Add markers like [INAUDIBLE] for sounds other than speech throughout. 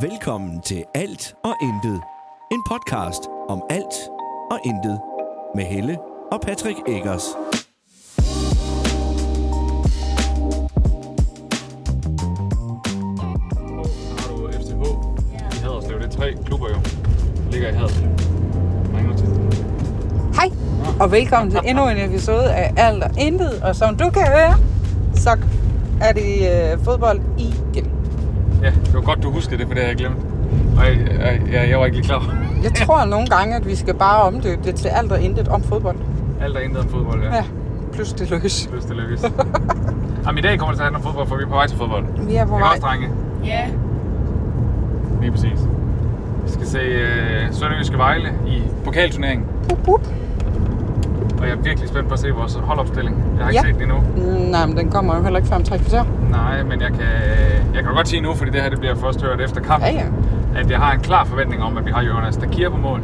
Velkommen til Alt og Intet. En podcast om alt og intet. Med Helle og Patrick Eggers. har du FCH i Haderslev. Det er tre klubber jo. Ligger i Haderslev. Ringer til. Hej, og velkommen til endnu en episode af Alt og Intet. Og som du kan høre, så er det øh, fodbold igen. Ja, det var godt, du huskede det, for det havde jeg glemt. Og jeg, jeg, jeg, jeg var ikke lige klar. Jeg tror nogle gange, at vi skal bare omdøbe det til Alt og Intet om fodbold. Alt er intet om fodbold, ja. Ja, plus det løs. Lyst, det lykkes. Jamen, i dag kommer det til at handle om fodbold, for vi er på vej til fodbold. Vi er på Ikke vej. også, drenge? Ja. Lige præcis. Vi skal se øh, Sønderjyske Vejle i pokalturneringen. Up, up. Og jeg er virkelig spændt på at se vores holdopstilling. Jeg har ikke Ja. set den endnu. Nej, men den kommer jo heller ikke før om tre kvarter. Nej, men jeg kan, jeg kan godt sige nu, fordi det her det bliver først hørt efter kampen, Ja, at jeg har en klar forventning om, at vi har Jonas Dakir på mål.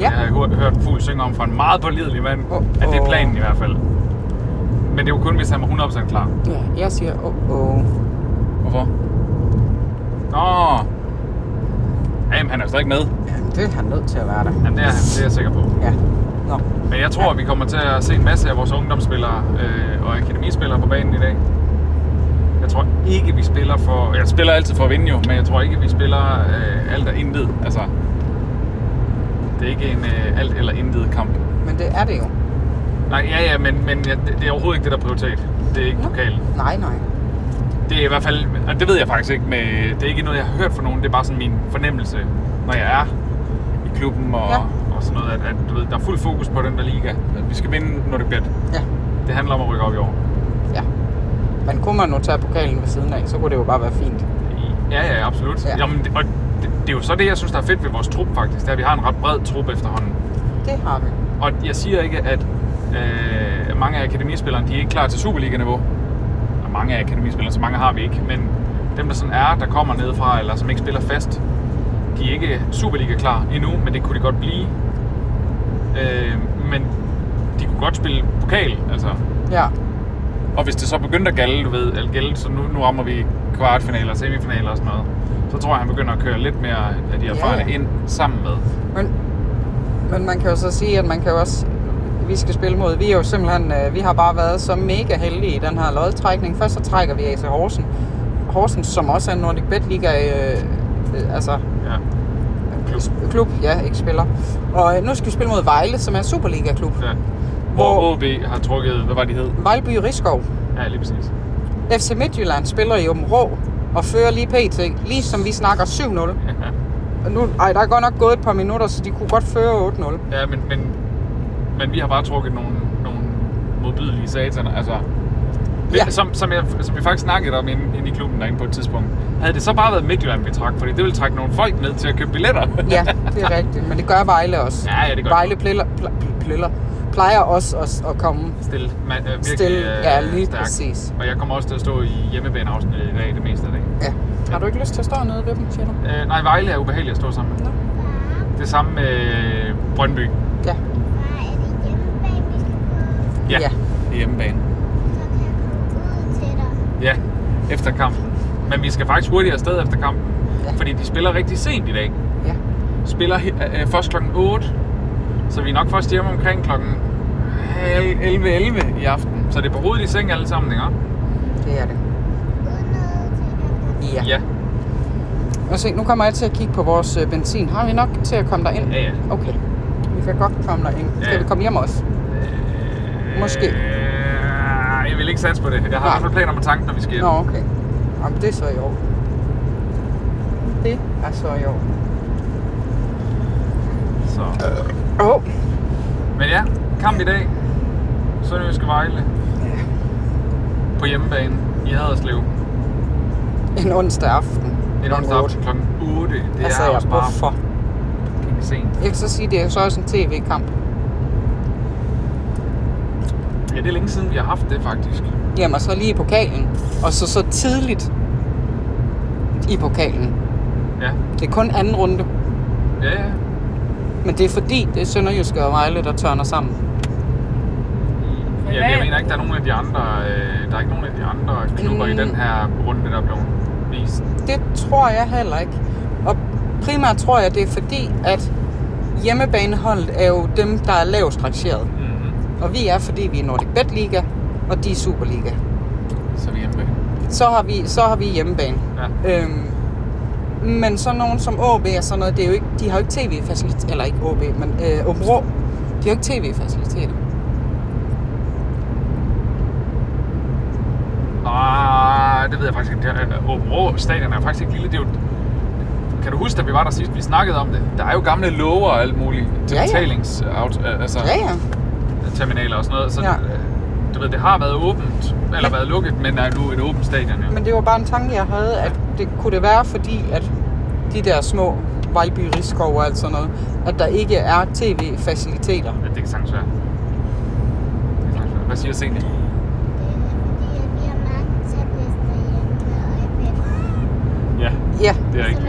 Ja. Jeg har hørt, hørt Fugl synge om fra en meget pålidelig mand, Åh, at det er åh. planen i hvert fald. Men det er jo kun, hvis han var 100% klar. Ja, jeg siger, åh, oh, oh. Hvorfor? Nå! Jamen, han er jo stadig med. Jamen, det er han nødt til at være der. Jamen, det er, han, det er jeg sikker på. Ja, nå. Men jeg tror, vi kommer til at se en masse af vores ungdomsspillere øh, og akademispillere på banen i dag. Jeg tror ikke, vi spiller for... Jeg spiller altid for at vinde jo, men jeg tror ikke, vi spiller øh, alt og intet. Altså, det er ikke en øh, alt eller intet kamp. Men det er det jo. Nej, ja, ja, men, men ja, det, det er overhovedet ikke det, der er prioritet. Det er ikke Nå. pokalen. Nej, nej. Det er i hvert fald... Og det ved jeg faktisk ikke, men øh, det er ikke noget, jeg har hørt fra nogen. Det er bare sådan min fornemmelse, når jeg er i klubben og, Ja. og sådan noget, at, at du ved, der er fuld fokus på den der liga. At vi skal vinde, når det bliver Ja, det handler om at rykke op i år. ja. Men kunne man nu tage pokalen ved siden af, så kunne det jo bare være fint. Ja, ja, absolut. Ja. Ja. Jamen, det, og det, det er jo så det, jeg synes, der er fedt ved vores trup faktisk. Det er, at vi har en ret bred trup efterhånden. Det har vi. Og jeg siger ikke, at øh, mange af akademispillerne, de er ikke klar til Superliga-niveau. Og mange af akademispillerne, så mange har vi ikke. Men dem, der sådan er, der kommer nedefra, eller som ikke spiller fast, de er ikke Superliga-klar endnu, men det kunne de godt blive. Øh, men de kunne godt spille pokal, altså Ja, Og hvis det så begyndte at galde, du ved, eller gælde, så nu, nu rammer vi kvartfinaler, semifinaler og sådan noget, så tror jeg, han begynder at køre lidt mere af de erfarne ja. ind sammen med. Men, men man kan jo så sige, at man kan jo også, vi skal spille mod, vi er jo simpelthen, øh, vi har bare været så mega heldige i den her lodtrækning. Først så trækker vi AC Horsen, Horsens, som også er en Nordic Bet Liga, øh, øh, altså Ja. Klub. sp- klub, ja, ikke spiller. Og øh, nu skal vi spille mod Vejle, som er en Superliga-klub. ja. Hvor Hvor- OB har trukket, hvad var de hed? Vejleby Rigskov, Ja, lige præcis. [LAUGHS] FC Midtjylland spiller i Åben Rå og fører lige pt, lige som vi snakker 7-0. Og nu, ej, der er godt nok gået et par minutter, så de kunne godt føre 8-0. Ja, men, men, men vi har bare trukket nogle, nogle modbydelige sataner, altså... Ja. Som, som, jeg, som vi faktisk snakkede om inde, inde i klubben derinde på et tidspunkt. Havde det så bare været Midtjylland, vi trak, fordi det ville trække nogle folk ned til at købe billetter. [LAUGHS] Ja, det er rigtigt. Men det gør Vejle også. Ja, ja, det gør Vejle pliller, pl- pl- pliller, plejer også at, at komme. stille, man, øh, virkelig Stille, øh, ja, lige stærk. præcis. Og jeg kommer også til at stå i hjemmebaneafsnittet i dag, det meste af dagen. Ja. Har du ikke lyst til at stå nede ved dem, siger du? Øh, nej, Vejle er ubehagelig at stå sammen med. Nå. Det samme med øh, Brøndby. Ja. Ja. det er hjemmebane. Ja, efter kampen. Men vi skal faktisk hurtigere afsted efter kampen, Ja. fordi de spiller rigtig sent i dag. ja. Spiller he- øh, først klokken 8, så vi er nok først hjemme omkring klokken halv 11.11 i aften. Så det er på hovedet i seng alle sammen, ikke? Det er det. Ja. Ja. Og se, nu kommer jeg til at kigge på vores øh, benzin. Har vi nok til at komme derind? Ja, ja. Okay. Vi kan godt komme derind. Skal Ja. vi komme hjem også? Måske. Øh, jeg vil ikke satse på det. Jeg har i Nej. hvert fald planer om at tanke, når vi skal hjem. Nå, okay. Jamen, det er så i år. Det er så i år. Så. Åh, oh, Men ja, kamp i dag. Sønderjyske Vejle. På hjemmebane i Haderslev. en onsdag aften. Det er onsdag aften kl. 8. Det Altså, er jeg, også bare hvorfor? fucking sent. Jeg kan så sige, det er jo så også en tv-kamp. Ja, det er længe siden, vi har haft det faktisk. Jamen, og så lige i pokalen. Og så så tidligt i pokalen. Ja, Det er kun anden runde. ja, ja. Men det er fordi, det er Sønderjyske og Vejle, der tørner sammen. Ja, men jeg mener ikke, der er nogen af de andre, øh, der er ikke nogen af de andre klubber i Mm. den her runde, der er blevet vist. Det tror jeg heller ikke. Og primært tror jeg, det er fordi, at hjemmebaneholdet er jo dem, der er lavest rangeret. Mm-hmm. Og vi er, fordi vi er Nordic Bet Liga, og de er Superliga. Så er vi hjemme bag. Så har vi, så har vi hjemmebane. Ja. Øhm, men så nogen som AB og sådan noget, det er jo ikke, de har jo ikke tv-faciliteter, eller ikke AB, men øh, Åben Rå, de har jo ikke tv-faciliteter. Ah, det ved jeg faktisk ikke. Det er- Åben Rå stadion er faktisk ikke lille. Det er jo, kan du huske, da vi var der sidst, vi snakkede om det? Der er jo gamle lover og alt muligt til Ja, ja, ja. ja. betalings altså Ja, ja. terminaler og sådan noget. Så Ja. ja. du ved, det har været åbent, eller været lukket, men er nu et åbent stadion. Jo. Men det var bare en tanke, jeg havde, at det kunne det være, fordi at de der små Vejby, Rigskov og alt sådan noget, at der ikke er tv-faciliteter. Ja, det kan sagtens være. Det kan sagtens være. Hvad siger Sene? Ja, Ja, det er rigtigt.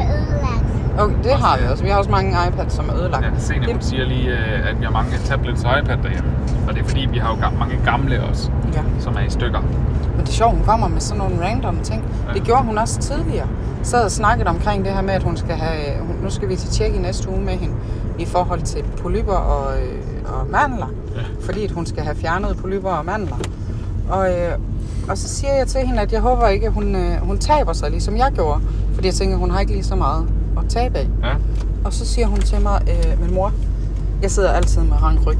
okay, det har vi også. Vi har også mange iPads, som er ødelagt. Ja, Sene, hun det, siger lige, øh, at vi har mange tablets og iPad derhjemme. Og det er fordi, vi har jo gam- mange gamle også, ja. som er i stykker. Men det er sjovt, hun kommer med sådan nogle random ting. Ja. Ja. Det gjorde hun også tidligere. Sad og snakkede omkring det her med, at hun skal have, hun, nu skal vi til tjek i næste uge med hende i forhold til polypper og, øh, og mandler. Ja. Fordi at hun skal have fjernet polypper og mandler. Og, øh, og så siger jeg til hende, at jeg håber ikke, at hun, øh, hun taber sig, ligesom jeg gjorde. Fordi jeg tænker, hun har ikke lige så meget at tabe af. Ja. Og så siger hun til mig, øh, min mor, jeg sidder altid med rank [LAUGHS] ryg.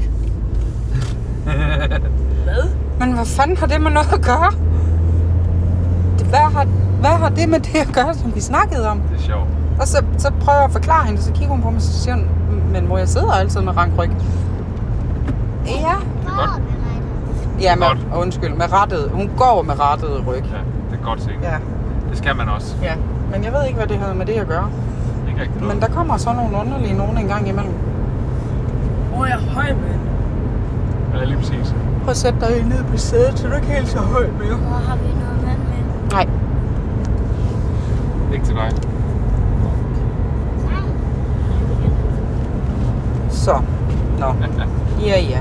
hvad? Men hvad fanden har det med noget at gøre? Det- Hvad har, hvad har det med det at gøre, som vi snakkede om? Det er sjovt. Og så, så prøver jeg at forklare hende, så kigger hun på mig, og så siger hun, men mor, jeg sidder altid med rank ryg. Ja. Ja, med, Godt. undskyld, med rettet. Hun går med rettet ryg. Ja, det er godt Sene. Ja. Det skal man også. ja. Men jeg ved ikke, hvad det havde med det at gøre. Ikke rigtigt noget. Men der kommer så nogle underlige nogen en gang imellem. Hvor er jeg høj, mand? Ja, lige præcis. Prøv at sætte dig ned på sædet, så du ikke er helt så høj mere. Hvor har vi noget vand med? Nej, Ikke til dig. [LAUGHS] så. Nå, ja ja.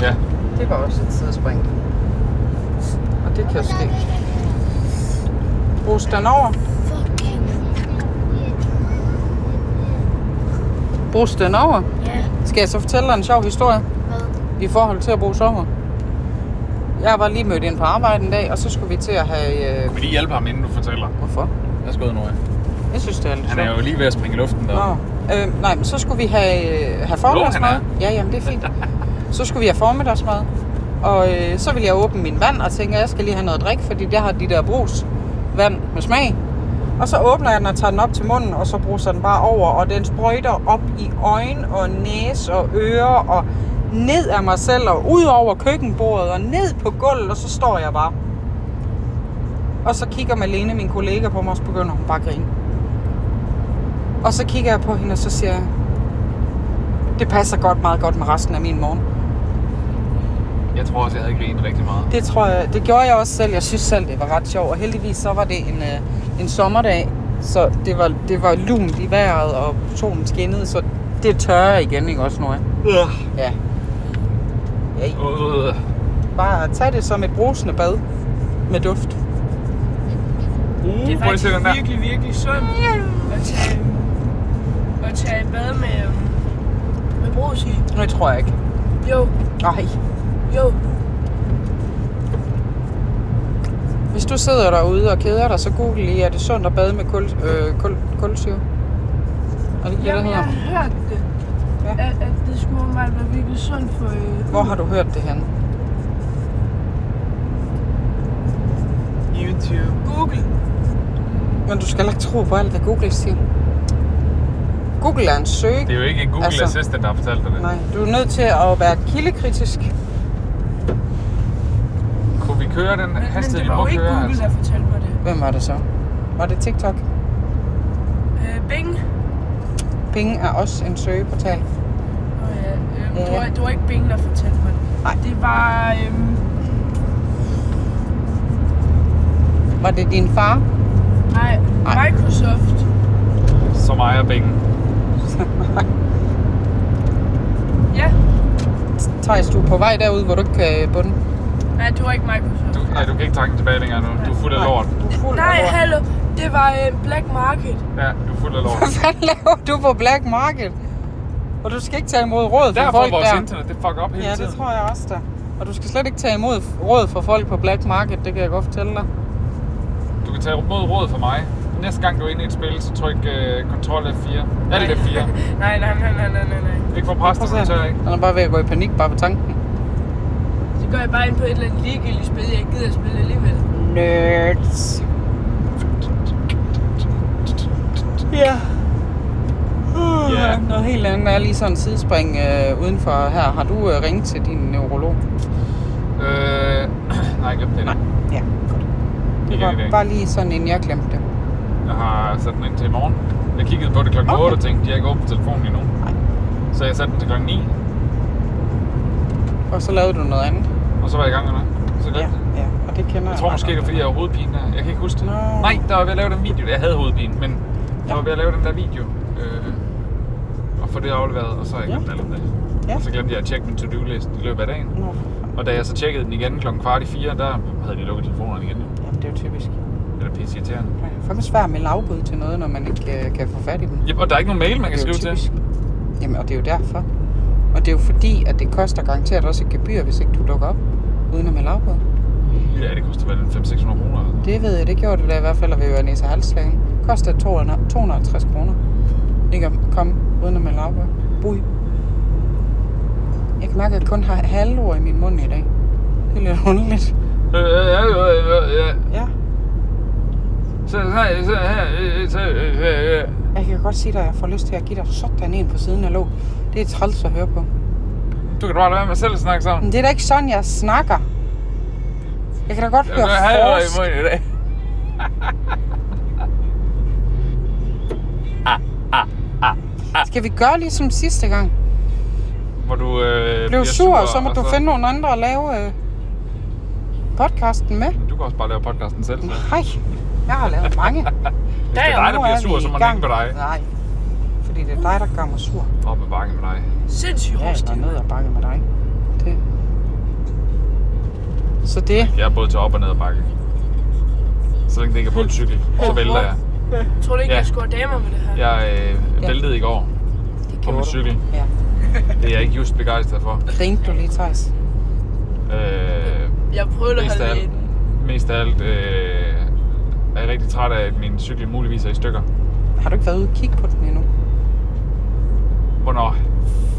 ja, Det var også et sidespring. Og det kan jo ske. Rus den over. Fucking. Brus den over. Ja. Skal jeg så fortælle dig en sjov historie Hvad? i forhold til at bruge sommer? Jeg var lige mødt ind på arbejde en dag, og så skulle vi til at have... Øh... vil I hjælpe ham, inden du fortæller? Hvorfor? Lad os gå ud, Nora. Jeg synes, det er lidt Han er sjovt. jo lige ved at springe i luften der. Nå. Øh, nej, men så skulle vi have, øh, have han formiddagsmad. er. Ja, jamen det er fint. Så skulle vi have formiddagsmad. Og øh, så ville jeg åbne min vand og tænke, at jeg skal lige have noget drik, fordi der har de der brus vand med smag. Og så åbner jeg den og tager den op til munden, og så bruser den bare over, og den sprøjter op i øjne og næse og ører og ned af mig selv og ud over køkkenbordet og ned på gulvet, og så står jeg bare. Og så kigger Malene, min kollega, på mig, og så begynder hun bare at grine. Og så kigger jeg på hende, og så siger jeg, det passer godt meget godt med resten af min morgen. Jeg tror også, jeg havde grinet rigtig meget. Det tror jeg, det gjorde jeg også selv. Jeg synes selv, det var ret sjovt. Og heldigvis så var det en, øh, en sommerdag, så det var, det var lunt i vejret, og solen skinnede, så det tørrer igen, ikke også, Nora? Øh. Ja. ja. I- Øh. Bare tag det som et brusende bad med duft. Uh, Det er prøv lige at se den faktisk der. virkelig, virkelig sundt at tage, at tage et bad med, øhm, med brus i. Det tror jeg ikke. Jo, Nej. jo. Hvis du sidder derude og keder dig, så google lige, er det sundt at bade med kul, øh, kul, kulsyre? Er det ikke det, der Jamen, jeg hedder? har hørt det. Ja. At, at det skulle åbenbart være virkelig sundt for... Øh, Hvor har du hørt det henne? YouTube. Google. Men du skal heller ikke tro på alt, hvad Google siger. Google er en søge. Det er jo ikke Google Altså. altså. Assistant, der har fortalt dig det. Nej, du er nødt til at være kildekritisk. Kunne vi køre den Men, men hastighed, det vi var må jo ikke køre? Google, altså? der fortalte mig det. Hvem var det så? Var det TikTok? Øh, Bing. Bing er også en søgeportal. Nå ja, øhm, Ja. det, var, det var ikke Bing, der fortalte mig det. Nej. Det var... Øhm, Var det din far? nej, Nej. Microsoft. Som ejer Bing. Ja, Thijs, du er på vej derud, hvor du ikke kan øh, bunde. nej, det var ikke Microsoft. Du, ja, du kan ikke trække den tilbage længere nu. Du er fuld af lort. Du er fuld af Nej, lort. hallo. Det var øh, Black Market. Ja, du er fuld af lort. [LAUGHS] Hvad fanden laver du på black market? Og du skal ikke tage imod råd fra Der får folk vores der. internet, det fucker op hele Ja, tiden. det tror jeg også der. Og du skal slet ikke tage imod råd fra folk på black market, det kan jeg godt fortælle dig. Du kan tage mod råd for mig. Næste gang du er inde i et spil, så tryk øh, Ctrl F4. Ja, det er F4. nej, nej, nej, nej, nej, nej, nej. Ikke for præster, Prøv du at se. tør ikke. Han er bare ved at gå i panik bare ved tanken. Så går jeg bare ind på et eller andet ligegyldigt spil, jeg ikke gider at spille alligevel. Nerds. Ja. Uh, Ja. Noget helt andet er lige sådan en sidespring øh, udenfor her. Har du øh, ringet til din neurolog? Øh, [CLEARS THROAT] nej, jeg glemte det. Nej. Ja, godt. Ikke Det i var dag. bare lige sådan en, jeg glemte det. Jeg har sat den ind til i morgen. Jeg kiggede på det klokken Okay. 8 og tænkte, de har ikke åbnet telefonen endnu. Nej. Så jeg satte den til klokken 9, Og så lavede du noget andet. og så var jeg i gang med noget. Så ja. ja. Og det kender Jeg tror måske, det er fordi, jeg har hovedpine der. Jeg kan ikke huske det. Nå. Nej, der var ved at lave den video. Jeg havde hovedpine, men jeg Ja. var ved at lave den der video. Øh, og få det afleveret, og så har jeg Ja. glemt alt om det. Ja. Og så glemte jeg at tjekke min to-do-list i løbet af dagen. Nå, for fanden. Og da jeg så tjekkede den igen klokken kvart i fire, der havde de lukket telefonerne igen. Jamen, det er jo typisk. Det er da pisse irriterende. Det er fandme svært med lavbud til noget, når man ikke øh, kan få fat i dem. Yep, og der er ikke nogen mail, man kan Det er skrive jo til. typisk. Jamen, og det er jo derfor. Og det er jo fordi, at det koster garanteret også et gebyr, hvis ikke du dukker op, uden at melde afbud. Ja, det koster vel 500-600 kroner. eller sådan Det ved jeg, det gjorde det da i hvert fald, at vi var næse halslægen. Koster 200 250 kroner. Ikke at komme uden at melde afbud. Bui. Jeg kan mærke, at jeg kun har halvår i min mund i dag. Det er lidt underligt. noget. Øh, ja, ja, ja, ja. Ja, Så, så, så, her, øh, så, øh, øh, øh. jeg kan godt sige dig, at jeg får lyst til at give dig sådan en på siden af låg. Det er træls at høre på. Du kan bare lade være med at selv at snakke sammen. Men det er da ikke sådan, jeg snakker. Jeg kan da godt Jeg høre vil have dig i forsk. munden i dag. Skal vi gøre ligesom sidste gang? Hvor du øh, Blev bliver sur, og så må og du finde nogle andre at lave øh, podcasten med. Du kan også bare lave podcasten selv. Så. Nej, jeg har lavet mange. Hvis det er dig, der bliver sur, så må den ikke på dig. Nej, fordi det er dig, der gør mig sur. Op ad bakken med dig. Sindssygt Ja, hårdt jeg er stil. ned og bakke med dig. Det. Så det. Jeg er både til op og ned ad bakke. Så længe det ikke er på en cykel, så vælter jeg. Tror du ikke, Ja. jeg scorer damer med det her? Jeg øh, Ja. væltede i går på gjorde min du. cykel. Ja. Det er jeg ikke just begejstret for. Grinte du lige, Thijs? Øh, Jeg prøvede at mest af holde alt, lidt. mest af alt øh, er jeg rigtig træt af, at min cykel muligvis er i stykker. Har du ikke været ude og kigge på den endnu? Hvornår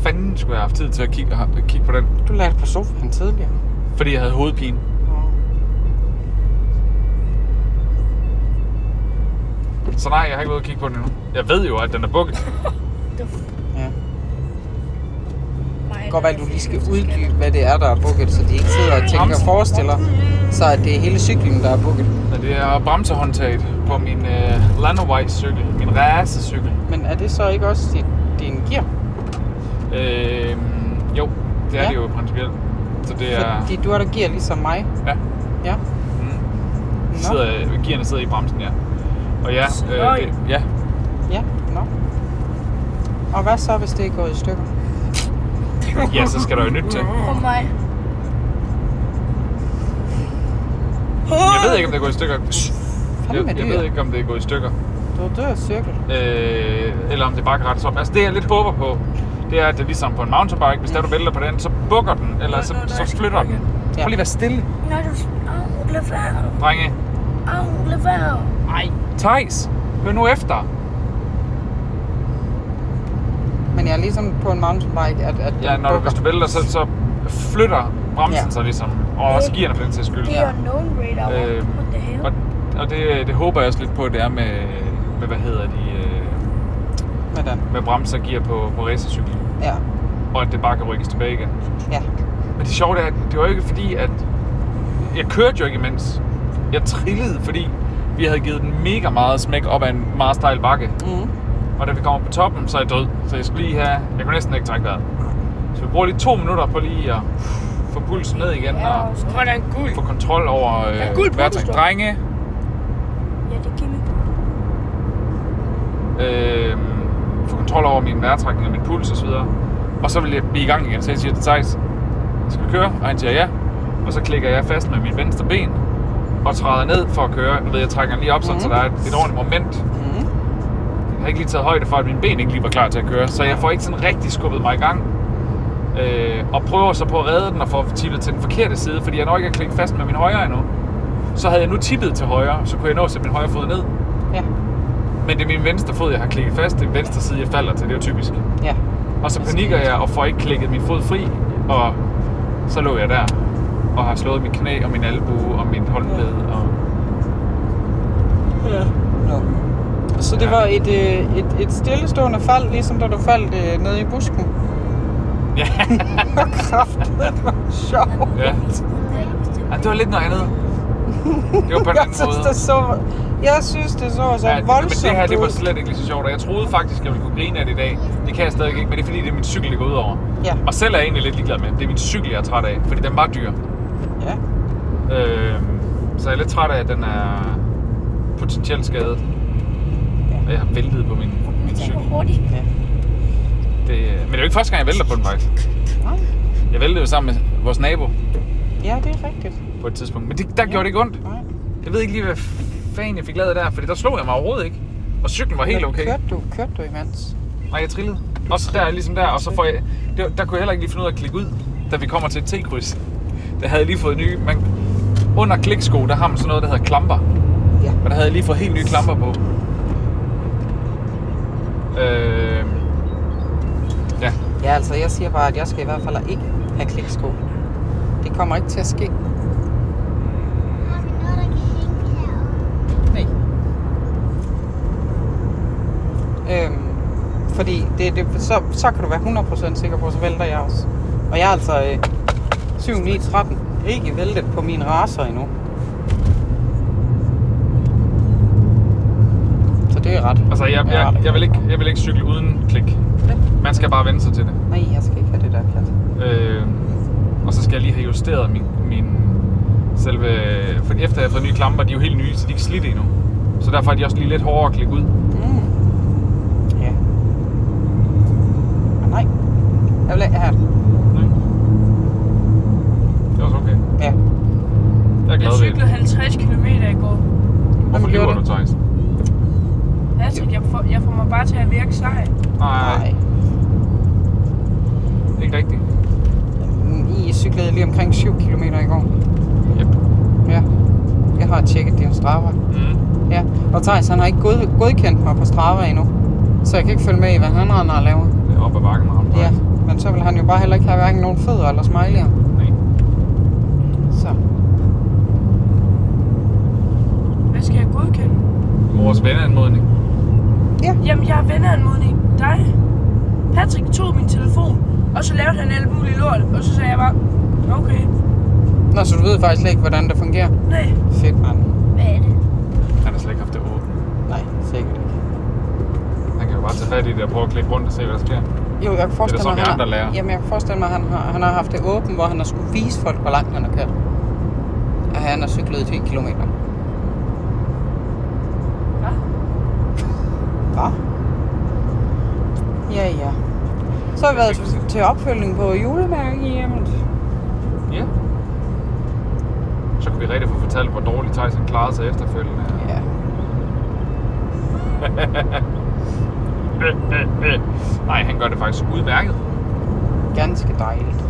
fanden skulle jeg have haft tid til at kigge, at kigge på den? Du lagde det på sofaen tidligere. Fordi jeg havde hovedpine. Så nej, jeg har ikke været ude at kigge på den endnu. Jeg ved jo, at den er bukket. Ja. Det kan godt være, at du lige skal uddybe, hvad det er, der er bukket, så de ikke sidder og tænker og forestiller sig, at det er hele cyklen, der er bukket. Og det er bremsehåndtaget på min øh, landevejscykel, min racecykel. Men er det så ikke også dit, din gear? Øh, jo, det er Ja. det jo principielt. Så det er... Fordi du har da gear ligesom mig. Ja. Ja. Mm. Nå. Sidder, gearne sidder i bremsen, ja. Og ja, øh, Sløj. det, ja, Ja, nå. Og hvad så, hvis det er gået i stykker? ja, så skal der jo nyt til. På mig. Jeg ved ikke, om det er gået i stykker. Fanden med Jeg, jeg ved dyr. ikke, om det er gået i stykker. Du er død af cirkel. Øh, eller om det bare kan rettes op. Altså det, jeg lidt håber på, det er, at det er ligesom på en mountainbike, hvis der du vælter på den, så bukker den, eller Nå, så, nå, nå, jeg så skal flytter den. bukke. Prøv lige at være stille, Når du... Au, lad være. drenge. Au, lad være. Ej, Thijs, hør nu efter. Men jeg er ligesom på en mountainbike, at, at Ja, den når du, bukker. hvis du vælter, så, så flytter bremsen Ja. ja. sig ligesom, og også gearne for den sags skyld. Det er jo known radar. Øh, What the hell? Og, og det, det håber jeg også lidt på, det er med, med hvad hedder de, øh, Med den. med bremser og gear på, på racercyklen. Ja, Og at det bare kan rykkes tilbage igen. ja. Men det sjove det er, at det var jo ikke fordi, at jeg kørte jo ikke imens. Jeg trillede, fordi vi havde givet den mega meget smæk op ad en meget stejl bakke. Mm. Og da vi kommer på toppen, så er jeg død. Så jeg skulle lige have... Jeg kunne næsten ikke trække vejret. Så vi bruger lige to minutter på lige at få pulsen ned igen og Hvor er en gul? få kontrol over Ja, gul øh, vejrtræk. bremsestrøm. Drenge, Ja, det er Kimi. øh, få kontrol over min vejrtrækning og min puls osv. Og så vil jeg blive i gang igen, så jeg siger til Thijs, skal vi køre? Og han siger ja. Og så klikker jeg fast med mit venstre ben, og træder ned for at køre. Nu ved jeg, jeg trækker den lige op, sådan, så der er et, et ordentligt moment. Mm. Jeg har ikke lige taget højde for, at mine ben ikke lige var klar til at køre, så jeg får ikke sådan rigtig skubbet mig i gang. Øh, og prøver så på at redde den og få tippet til den forkerte side, fordi jeg når ikke at klikke fast med min højre endnu. Så havde jeg nu tippet til højre, så kunne jeg nå at sætte min højre fod ned. Ja, Men det er min venstre fod, jeg har klikket fast. Det er venstre side, jeg falder til. Det er jo typisk. ja. Og så panikker jeg og får ikke klikket min fod fri, og så lå jeg der og har slået mit knæ og min albue og min håndled. Og... Nå. Så det Ja. var et, øh, et, et stillestående fald, ligesom da du faldt øh, nede i [LAUGHS] busken. [LAUGHS] Ja, Kraft, det var sjovt. ja. Ej, det var lidt noget andet. Det var på en Jeg anden synes, måde. det så, jeg synes, det så så Ja, ja, det- men voldsomt det her, det var ud. slet ikke lige så sjovt, og jeg troede faktisk, jeg ville kunne grine af det i dag. Det kan jeg stadig ikke, men det er fordi, det er min cykel, det går ud over. Ja. Og selv er jeg egentlig lidt ligeglad med. Det er min cykel, jeg er træt af, fordi den var dyr. ja. Øh, så jeg er lidt træt af, at den er potentielt skadet. Og jeg har væltet på min, min cykel. hurtigt. Det, øh, men det er jo ikke første gang, jeg vælter på den faktisk. Nej. Jeg væltede jo sammen med vores nabo ja, det er rigtigt. på et tidspunkt. Men det, der gjorde det ikke ondt. Nej. Jeg ved ikke lige, hvad fanden jeg fik lavet der, fordi der slog jeg mig overhovedet ikke. Og cyklen var helt Men okay. Kørte du, kørte du imens? Nej, jeg trillede. Også der, ligesom der, og så får jeg... Det, var- der kunne jeg heller ikke lige finde ud af at klikke ud, da vi kommer til et T-kryds. Der havde jeg lige fået nye... Man, under kliksko, der har man sådan noget, der hedder klamper. Ja. Og der havde jeg lige fået helt nye klamper på. Øh, ja, Ja, altså, jeg siger bare, at jeg skal i hvert fald ikke have kliksko. Det kommer ikke til at ske. Nej. Øhm, fordi det, det, så, så kan du være 100% sikker på, så vælter jeg også. Og jeg er altså øh, 7, 9, 13 ikke væltet på min racer endnu. Så det er ret. altså jeg, jeg, jeg, vil ikke, jeg vil ikke cykle uden klik. Man skal bare vende sig til det. Nej, jeg skal ikke have det der plat. Øh, og så skal jeg lige have justeret min, min selve... For efter jeg har fået nye klamper, de er jo helt nye, så de er ikke slidte endnu. Så derfor er de også lige lidt hårdere at klikke ud. Mm. Ja. Ah, nej. Jeg vil ikke have det. Det var så okay. Ja. Jeg er Jeg glad ved cyklede det. 50 km i går. Hvorfor gjorde lyver du? du, Thijs? Patrick, jeg får, jeg får mig bare til at virke sej. Nej, ikke rigtigt. Mm, I cyklede lige omkring 7 km i går. Yep. Ja. Jeg har tjekket din Strava. Mm. Ja. Og Thijs, han har ikke god, godkendt mig på Strava endnu. Så jeg kan ikke følge med i, hvad han render og laver. Det er op ad bakken med ham, Ja. Thijs. Men så vil han jo bare heller ikke have hverken nogen fødder eller smiley'er. Nej. Så. Hvad skal jeg godkende? Vores venneanmodning. Jamen, jeg er venneanmodning. Dig? Patrick tog min telefon, og så lavede han alt muligt lort, og så sagde jeg bare, okay, Nå, så du ved faktisk slet ikke, hvordan det fungerer. nej. Fedt, mand. Hvad er det? Han har slet ikke haft det åbent. Nej, sikkert ikke. Han kan jo bare tage fat i det og prøve at klikke rundt og se, hvad der sker. Jo, jeg kan forestille som mig, vi han andre har- lærer. Jamen, jeg kan forestille mig, at han har, han har haft det åbent, hvor han har skulle vise folk, hvor langt han har kørt. Og han har cyklet 10 km. Hva? Hva? Ja, ja. Så har vi været til- til opfølgning på julemærkehjemmet. Ja. Så kunne vi rigtig få fortalt, hvor dårligt Thijs han klarede sig efterfølgende. Ja. Øh, øh, øh. Nej, han gør det faktisk udmærket. Ganske dejligt.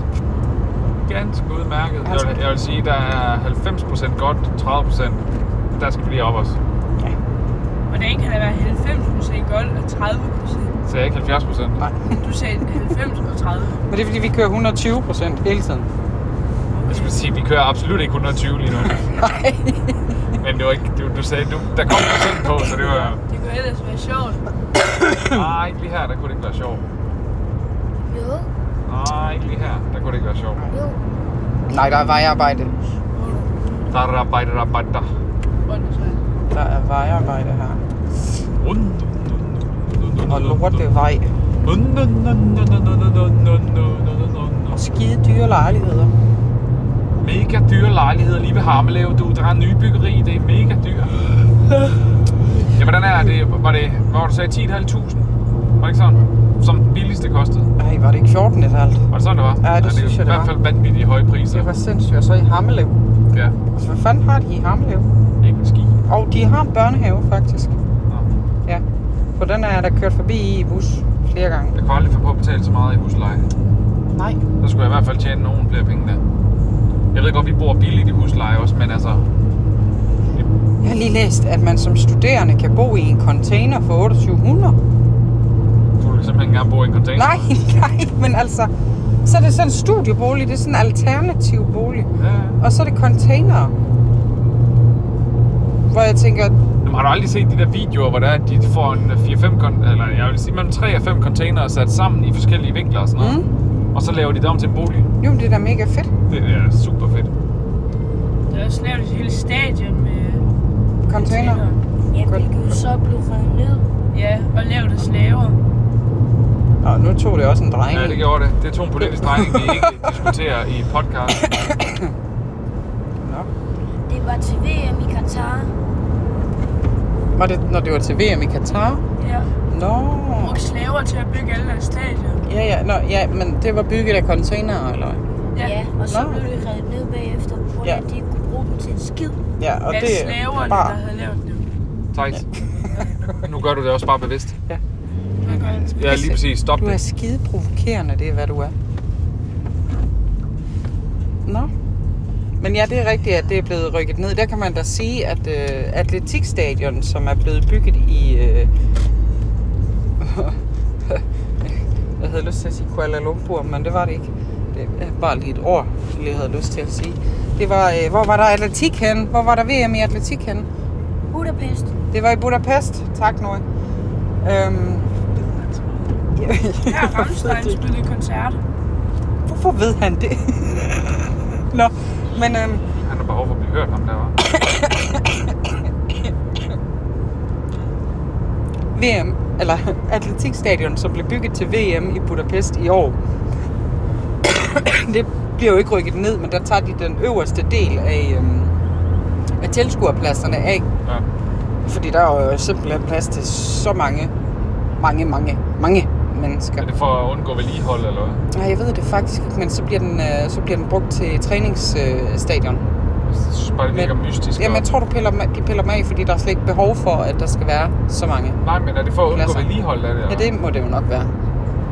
Ganske udmærket. Jeg vil, jeg vil sige, der er 90% godt, 30%. Der skal vi lige op os. Ja. Hvordan kan der være 90% godt og 30%? Så jeg er ikke 70%. Nej. Du sagde 90 og 30. Men det er fordi, vi kører 120 procent hele tiden. Jeg skulle sige, vi kører absolut ikke 120 lige nu. Nej. Men det var ikke, du, du sagde, du, der kom procent på, så det var... Det kunne ellers være sjovt. Nej, ikke lige her, der kunne det ikke være sjovt. Jo, Nej, ikke lige her, der kunne det ikke være sjovt. jo. Nej, der er vejarbejde. Da da da da da da Hvor er det så? Der er vejarbejde her. Og lorte vej. Og skide dyre lejligheder. Mega dyre lejligheder lige ved Harmelev, du. Der er nye byggeri, det er mega dyrt. Ja, hvordan er det? Var det, hvad var det, du sagde, 10.500? Var det ikke sådan? Som den billigste kostede. Ej, var det ikke 14 et halvt? Var det sådan, det var? det er synes jo i jeg, det hvert var. fald vanvittige høje priser. Det var sindssygt. Og så i Hammelev. Ja, Altså, hvad fanden har de i Hamlev? ikke med ski. Og de har en børnehave, faktisk. Nå. Ja. For den er der kørt forbi i i bus flere gange. Jeg kunne aldrig få på at betale så meget i husleje. Nej. Så skulle jeg i hvert fald tjene nogen flere penge der. Jeg ved godt, vi bor billigt i husleje også, men altså... Jeg har lige læst, at man som studerende kan bo i en container for 2800. Du vil simpelthen gerne bo i en container. Nej, [LAUGHS] nej, men altså... Så er det sådan en studiebolig, det er sådan en alternativ bolig. Ja, ja. Og så er det container. Hvor jeg tænker, Jamen, har du aldrig set de der videoer, hvor der er, at de får en øh, 4-5, kon- eller jeg vil sige mellem 3 og 5 containere sat sammen i forskellige vinkler og sådan noget. Mm. Og så laver de det om til en bolig. "Hmm? jo, men det er da mega fedt. Det er super fedt. Der er også lavet et helt stadion med Container. Ja, hvilket så blev revet ned. Ja, og lavet af slaver. Og Ah, nu tog det også en drejning. Ja, det gjorde det. Det tog en politisk drejning, vi ikke [LAUGHS] diskuterer i podcast. Nå. Det var til VM i Katar. Var det, når det var til VM i Katar? Ja. Nå. Brugte slaver til at bygge alle deres stadion. Ja, ja, nå, ja, men det var bygget af containere, eller hvad? Ja, og så Nå. blev det revet ned bagefter, på grund af, Ja. at de ikke kunne bruge den til en skid. Ja, og det det er slaverne, der bare... havde lavet det. Thijs, nu gør du det også bare bevidst. Hvad gør det? Ja, lige præcis. Stop Du er det. skide provokerende, det er, hvad du er. Nå. Men ja, det er rigtigt, at det er blevet rykket ned. Der kan man da sige, at øh, atletikstadion, som er blevet bygget i... Øh, [LAUGHS] jeg havde lyst til at sige Kuala Lumpur, men det var det ikke. Det er bare lige et ord, jeg lige havde lyst til at sige. Det var, øh, hvor var der atletik henne? Hvor var der VM i atletik henne? Budapest. Det var i Budapest. Tak, Noah. Øhm, [LAUGHS] Her har Rammstein spillet koncert. Hvorfor ved han det? [LAUGHS] Nå, men øhm, Han har behov for at blive hørt, ham der var. VM, eller atletikstadion, som blev bygget til VM i Budapest i år, [COUGHS] det bliver jo ikke rykket ned, men der tager de den øverste del af, øhm, af tilskuerpladserne af, Ja. fordi der er jo simpelthen plads til så mange, mange, mange, mange mennesker. Er det for at undgå vedligehold, eller hvad? Nej, jeg ved det faktisk ikke, men så bliver den, øh, så bliver den brugt til træningsstadion. Jeg synes bare, det virker Men- mystisk. Jamen, og- jeg tror, du piller dem, af- de piller dem af, fordi der er slet ikke behov for, at der skal være så mange. Nej, men er det for at undgå Pladser. vedligehold af det? Ja, Eller? det må det jo nok være.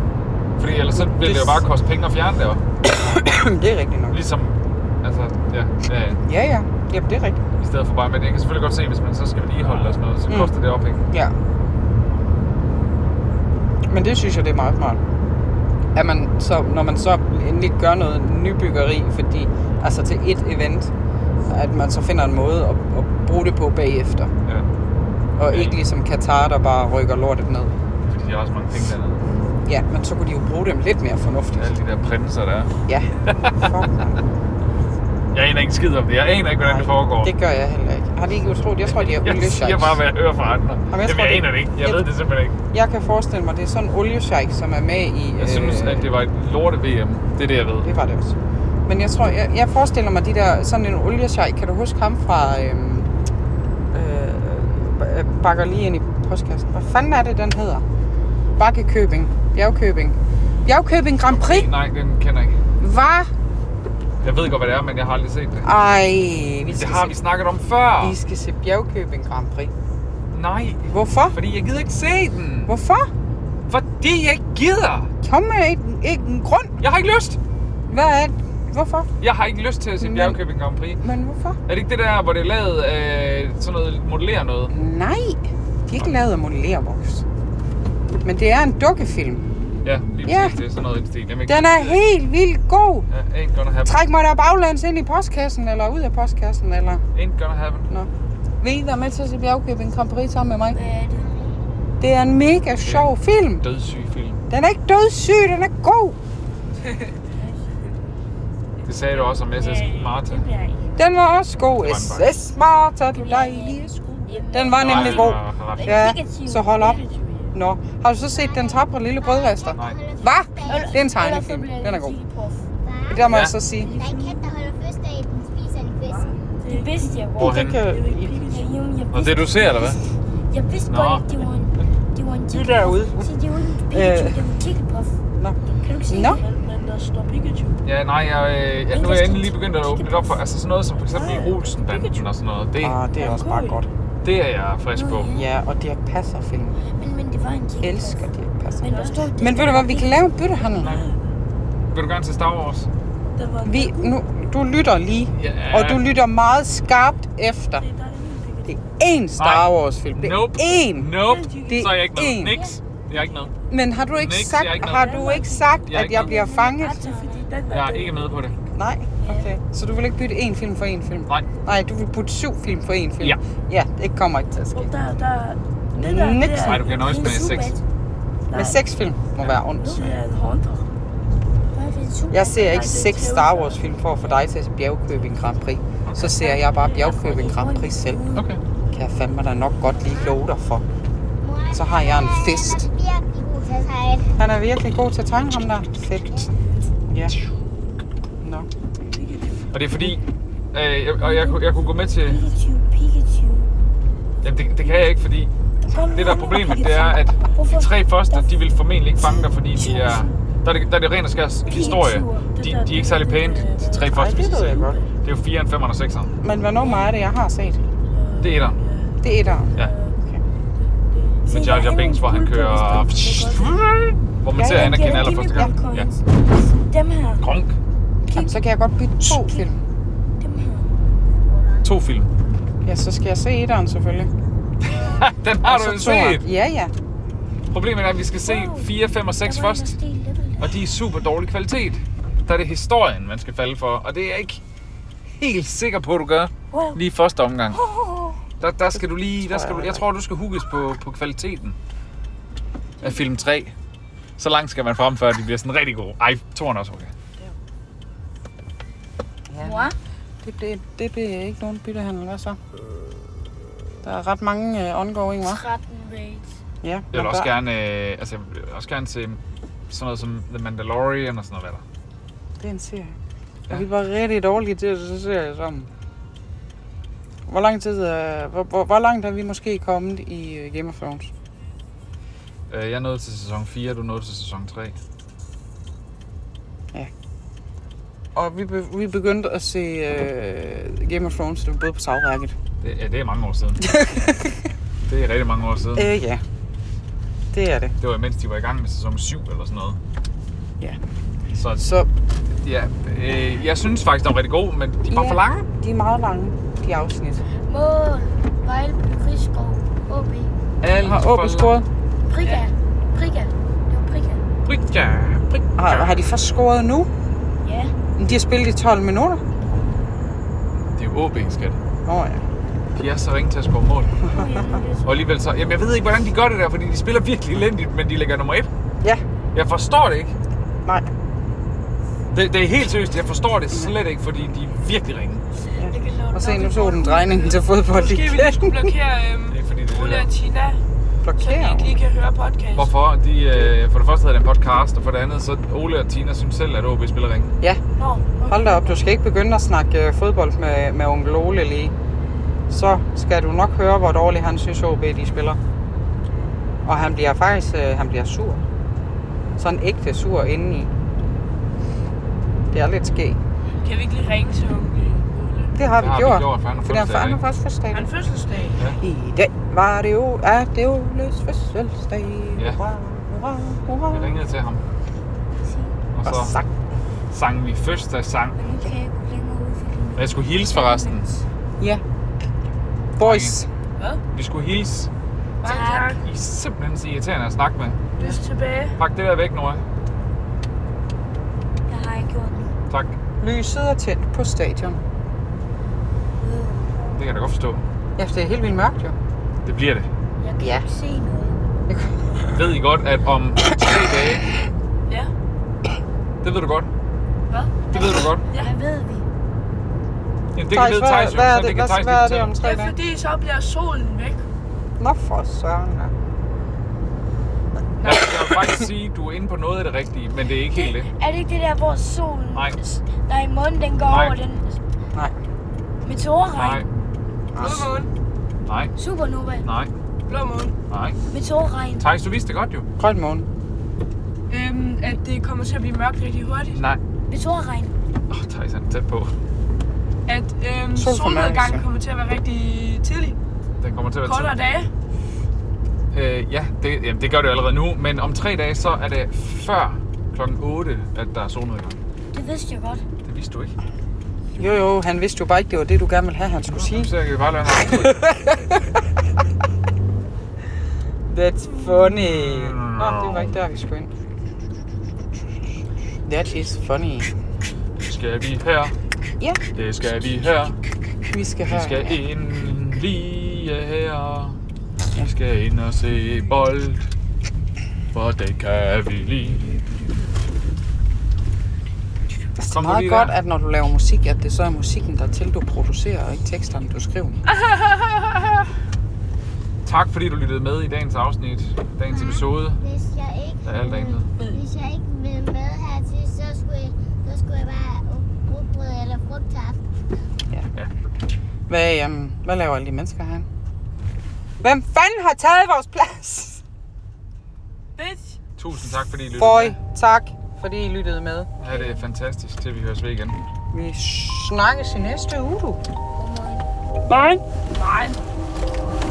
[CLEARS THROAT] Fordi ellers så ville det jo bare koste penge at fjerne det. og det er rigtigt nok. Ligesom, altså, ja, ja, ja. Ja, ja. Jamen, det er rigtigt. i stedet for bare, men jeg kan selvfølgelig godt se, hvis man så skal vedligeholde og sådan noget, så Mm. koster det op, ikke? Ja. Men det synes jeg, det er meget smart. At man så, når man så endelig gør noget nybyggeri, fordi, altså til et event, at man så finder en måde at, at bruge det på bagefter. Ja, Og ikke ligesom Katar, der bare rykker lortet ned. fordi de har også mange penge dernede. Ja, men så kunne de jo bruge dem lidt mere fornuftigt. Alle de der prinser der. er. Ja. Fuck, man. Jeg aner ikke en skid om det. Jeg aner ikke, hvordan det Nej, foregår. Det [LAUGHS] gør jeg heller ikke. Har de ikke utroligt? Jeg tror, [LAUGHS] de er jeg siger oliesjejks. bare, hvad jeg hører fra andre. Jamen, jeg, tror, Jamen, jeg det- aner det ikke. Jeg jeg- ved det simpelthen ikke. Jeg kan forestille mig, det er sådan en oliesjejk, som er med i... Jeg synes, at det var et lorte VM. Det er det, jeg ved. Øh. Det var det også. Men jeg tror, jeg, jeg forestiller mig de der, sådan en oliesjejk. Kan du huske ham fra... Øhm, øh, øh, bakker lige ind i postkassen. Hvad fanden er det, den hedder? Bakkekøbing. Bjergkøbing. Bjergkøbing Grand Prix. Nej, den kender jeg ikke. Hvad? Jeg ved godt, hvad det er, men jeg har aldrig set det. Ej, vi Det skal, har vi se, snakket om før. vi skal se Bjergkøbing Grand Prix. Nej, Hvorfor? fordi jeg gider ikke se den. Hvorfor? Fordi jeg ikke gider. Kom med ikke, ikke en grund. Jeg har ikke lyst. Hvad er det? Hvorfor? Jeg har ikke lyst til at se Men- Bjergkøbing Grand Prix. Men hvorfor? Er det ikke det der, hvor det er lavet af sådan noget modellere noget? Nej, de er ikke lavet af modellervoks. Men det er en dukkefilm. Ja, lige Ja. præcis. Det er sådan noget i den stil. Jamen, Den er helt vildt god. Ja, ain't gonna happen. Træk mig der baglæns ind i postkassen, eller ud af postkassen, eller... Ain't gonna happen. Nå. Vil I være med til at se Bjergkøbing Grand Prix sammen med mig? Hvad er det? Det er en mega sjov film. Dødssyg film. Den er ikke dødssyg, den er god. Det sagde du også om SS Martin. Det bliver ikke. Den var også god. Det var SS Marta, du dejlige sko. Den var Nej, nemlig det god. var ret- Ja, så hold op. Nå, har du så set Den tabre lille brødrester? Nej. Hvad? Det er en tegnefilm. Den er god. Der må Ja. jeg så sige. Der er en kat, der holder fødselsdag, den spiser en fisk. Det vidste jeg godt. Hvorhen? kan- Jamen, jeg Og det vidste- du ser, eller hvad? Jeg vidste Nå. godt, at det var en... Det var en derude. Så det var en Pikachu, Øh. det var en Jigglypuff. Nå. Kan du ikke se Nå. det? den, der står Pikachu. Ja, nej, jeg, øh, jeg, nu er jeg endelig lige begyndt at åbne lidt op for, altså sådan noget som for eksempel Olsenbanden og sådan noget, det, Ah, det er også bare cool. godt. det er jeg frisk på. Ja, og Dirk Passer film. Men, men det var en kirke. Elsker Dirk Passer. Men der stod det. Men ved du hvad, vi kan lave en byttehandel. Vil du gerne til Star Wars? Der var Vi, nu, du lytter lige, Ja. og du lytter meget skarpt efter. Det er dig, der er min Pikachu. Det er én Star Nej. Wars film. Det er Nope. én. Nope. Det Så er jeg ikke er med. én. Niks. Jeg er ikke med. Men har du ikke Niks, jeg er sagt, ikke med. har du ikke sagt Jeg er at ikke jeg med. bliver Det fanget? er fordi, den der Jeg er ikke med på det. Nej. Okay. Så du vil ikke bytte én film for én film? Nej. Nej, du vil putte syv film for én film? Ja. Ja, det kommer ikke til at ske. Og der, der, det der, Niks. det er, Nej, du kan nøjes med seks. Men seks film må være ondt. Det er en håndter. Jeg ser ikke seks Star Wars film for at få dig til at bjergkøbing Grand Prix. Så ser jeg bare bjergkøbing Grand Prix selv. Okay. Kan jeg fandme da nok godt lige love dig for. Så har jeg en fest. Han er virkelig god til at tegne. Han er virkelig god til at tegne ham der. Fedt. Ja. Nå. Og det er fordi, øh, jeg, og jeg, kunne- jeg kunne gå med til... Pikachu, Pikachu. Jamen, det, det kan jeg ikke, fordi det, der er problemet, det er, at de Hvorfor? tre første, de vil formentlig ikke fange dig, fordi de er... Der er det, der er det ren og skær historie. De, de er ikke særlig pæne, de tre Ej, første. det ved jeg godt. Det er jo 4'eren, 5'eren og 6'eren. Men hvornår mig er det, jeg har set? Det er 1'eren. Det er der. Ja. Okay. Med Jar Jar Binks, hvor han kører... Hvor man ser Anakin allerførste gang. Ja. Dem her. Gronk. Jamen, så kan jeg godt bytte to film. Dem her. To [LAUGHS] film. Ja, så skal jeg se etteren selvfølgelig. Den har Og du så jo toeren. set. Ja, ja. Problemet er, at vi skal se 4, 5 og 6 først. og de er super dårlig kvalitet. Der er det historien, man skal falde for, og det er jeg ikke helt sikker på, at du gør lige i første omgang. Der, der skal du lige, der skal du, jeg tror, du skal hugges på, på kvaliteten af film 3. Så langt skal man frem, før de bliver sådan rigtig gode. Ej, toren er også okay. Det blev, det blev ikke nogen byttehandel, hvad så? Der er ret mange øh, ongoing, hva'? 13 raids. Ja. Jeg men vil også der- gerne, øh, altså, jeg vil også gerne se sådan noget som The Mandalorian og sådan noget. Hvad der. Det er en serie. Ja. Ja. Vi var rigtig dårlige til at se serier sammen. Hvor lang tid, øh, hvor, hvor, hvor langt er vi måske kommet i øh, Game of Thrones? Øh, Jeg er nået til sæson 4, du er nået til sæson 3. Og vi, be, vi begyndte at se øh, Game of Thrones, det var både på savværket. Det, ja, det er mange år [LAUGHS] siden. det er rigtig mange år siden. Øh, ja. Det er det. Det var imens de var i gang med sæson 7 eller sådan noget. Ja. Så Så ja, øh, jeg synes faktisk, den var rigtig god, men de var Ja. for lange. de er meget lange, de afsnit. Mål. Vejlby, Rigskov, OB. Alt Har Åbe scoret? Prika. Prika. Det var Prika. Brikja, brikja. Har, har de først scoret nu? Ja. Men De har spillet i 12 minutter. Det er jo OB, skat. Nå ja. De er så ringe til at score mål. Okay, nu er det så- Og alligevel så... Jamen, jeg ved ikke, hvordan de gør det der, fordi de spiller virkelig elendigt, men de ligger nummer et. Ja, Jeg forstår det ikke. nej. Det, det er helt seriøst, jeg forstår det slet ikke, fordi de er virkelig ringe. Jeg kan love Og dig. se, nu så den drejningen til fodbold Måske vi lige skulle igen. blokere Det er øhm, ikke fordi, det er det Ole og der. Tina, så de Blokere. ikke lige kan høre podcast. Hvorfor? De, øh, for det første hedder det en podcast, og for det andet, så Ole og Tina synes selv, at OB spiller ringe. Ja, Nå, okay. Hold da op, du skal ikke begynde at snakke øh, fodbold med, med onkel Ole lige. Så skal du nok høre, hvor dårligt han synes OB de spiller. Og han bliver faktisk øh, han bliver sur. Sådan ægte sur indeni. Det er lidt skægt. Kan vi ikke lige ringe til onkel Ole? Det har, Det har vi vi gjort. gjort, for han har fordi han, fødselsdag i han dag. har faktisk fødselsdag. i dag. Han fødselsdag. I dag var det jo, er det Oles fødselsdag. Ja. Hurra, hurra, hurra. Jeg ringede til ham, og Og så sang. sang vi fødselsdagssang. Men nu kan jeg ikke længere udvikle mig. Og jeg skulle hilse forresten. Ja. Boys. Vi skulle hilse. Mange Tak. tak. I er simpelthen så irriterende at snakke med. Lyst tilbage. Pak det der væk, Nora. Jeg har ikke gjort noget. Tak. Lyset er tændt på stadion. Det kan jeg da godt forstå. Ja, det er helt vildt mørkt jo. Det bliver det. Jeg kan Ja. ikke se noget. [LAUGHS] Ved I godt, at om tre dage... Ja. Det ved du godt. Hvad? Det ved du godt. Hvad ved vi? Jamen, det kan Thijs, vide hvad- Thijs jo, hvad er så det- det kan hvad- Thijs hvad lige er det om fortælle. Det tre er dage? fordi, så bliver solen væk. Nå for søren. da. Ja, Jeg vil faktisk sige, at du er inde på noget af det rigtige, men det er ikke helt det. Er det ikke det der, hvor solen... Nej. Der i månen, den går Nej. over den Nej. Nej, meteorregn. Blå måne. nej, Supernova. nej, Blå måne. nej. Meteorregn. Thijs, du vidste det godt jo. Grøn måne. Øh, øhm, at det kommer til at blive mørkt rigtig hurtigt. Nej. Med torregn. Åh, oh, Thijs han er tæt på. At øhm, Solformørkelse. solnedgangen kommer til at være rigtig tidlig. Den kommer til at være Kortere dage. Øh, ja, det, jamen, det gør det jo allerede nu, men om tre dage, så er det før klokken 8, at der er solnedgang. Det vidste jeg godt. Det vidste du ikke. Jo, jo, han vidste jo bare ikke, det var det, du gerne ville have, han skulle sige. Så jeg kan bare lade ham. [LAUGHS] That's funny. Nå, det var ikke der, vi skulle ind. That is funny. Det skal vi her. Ja. Det skal vi her. Vi skal Vi have... skal ind lige her. Vi skal ind og se bold. For det kan vi lide. det er Kom nu meget lige godt, der. at når du laver musik, at det så er musikken, der er til, du producerer, og ikke teksterne, du skriver. Tak fordi du lyttede med i dagens afsnit. Dagens Mm. episode. Hvis jeg ikke, Der er alt andet. hvis jeg ikke ville med her til, så skulle jeg, så skulle jeg bare have rugbrød eller frugt til aften. Hvad, um, hvad laver alle de mennesker herinde? Hvem fanden har taget vores plads? Bitch. Tusind tak fordi I lyttede Boy, med. tak, fordi I lyttede med. Ha' det fantastisk til vi høres ved igen. Vi snakkes i næste uge, du. Bye. Bye.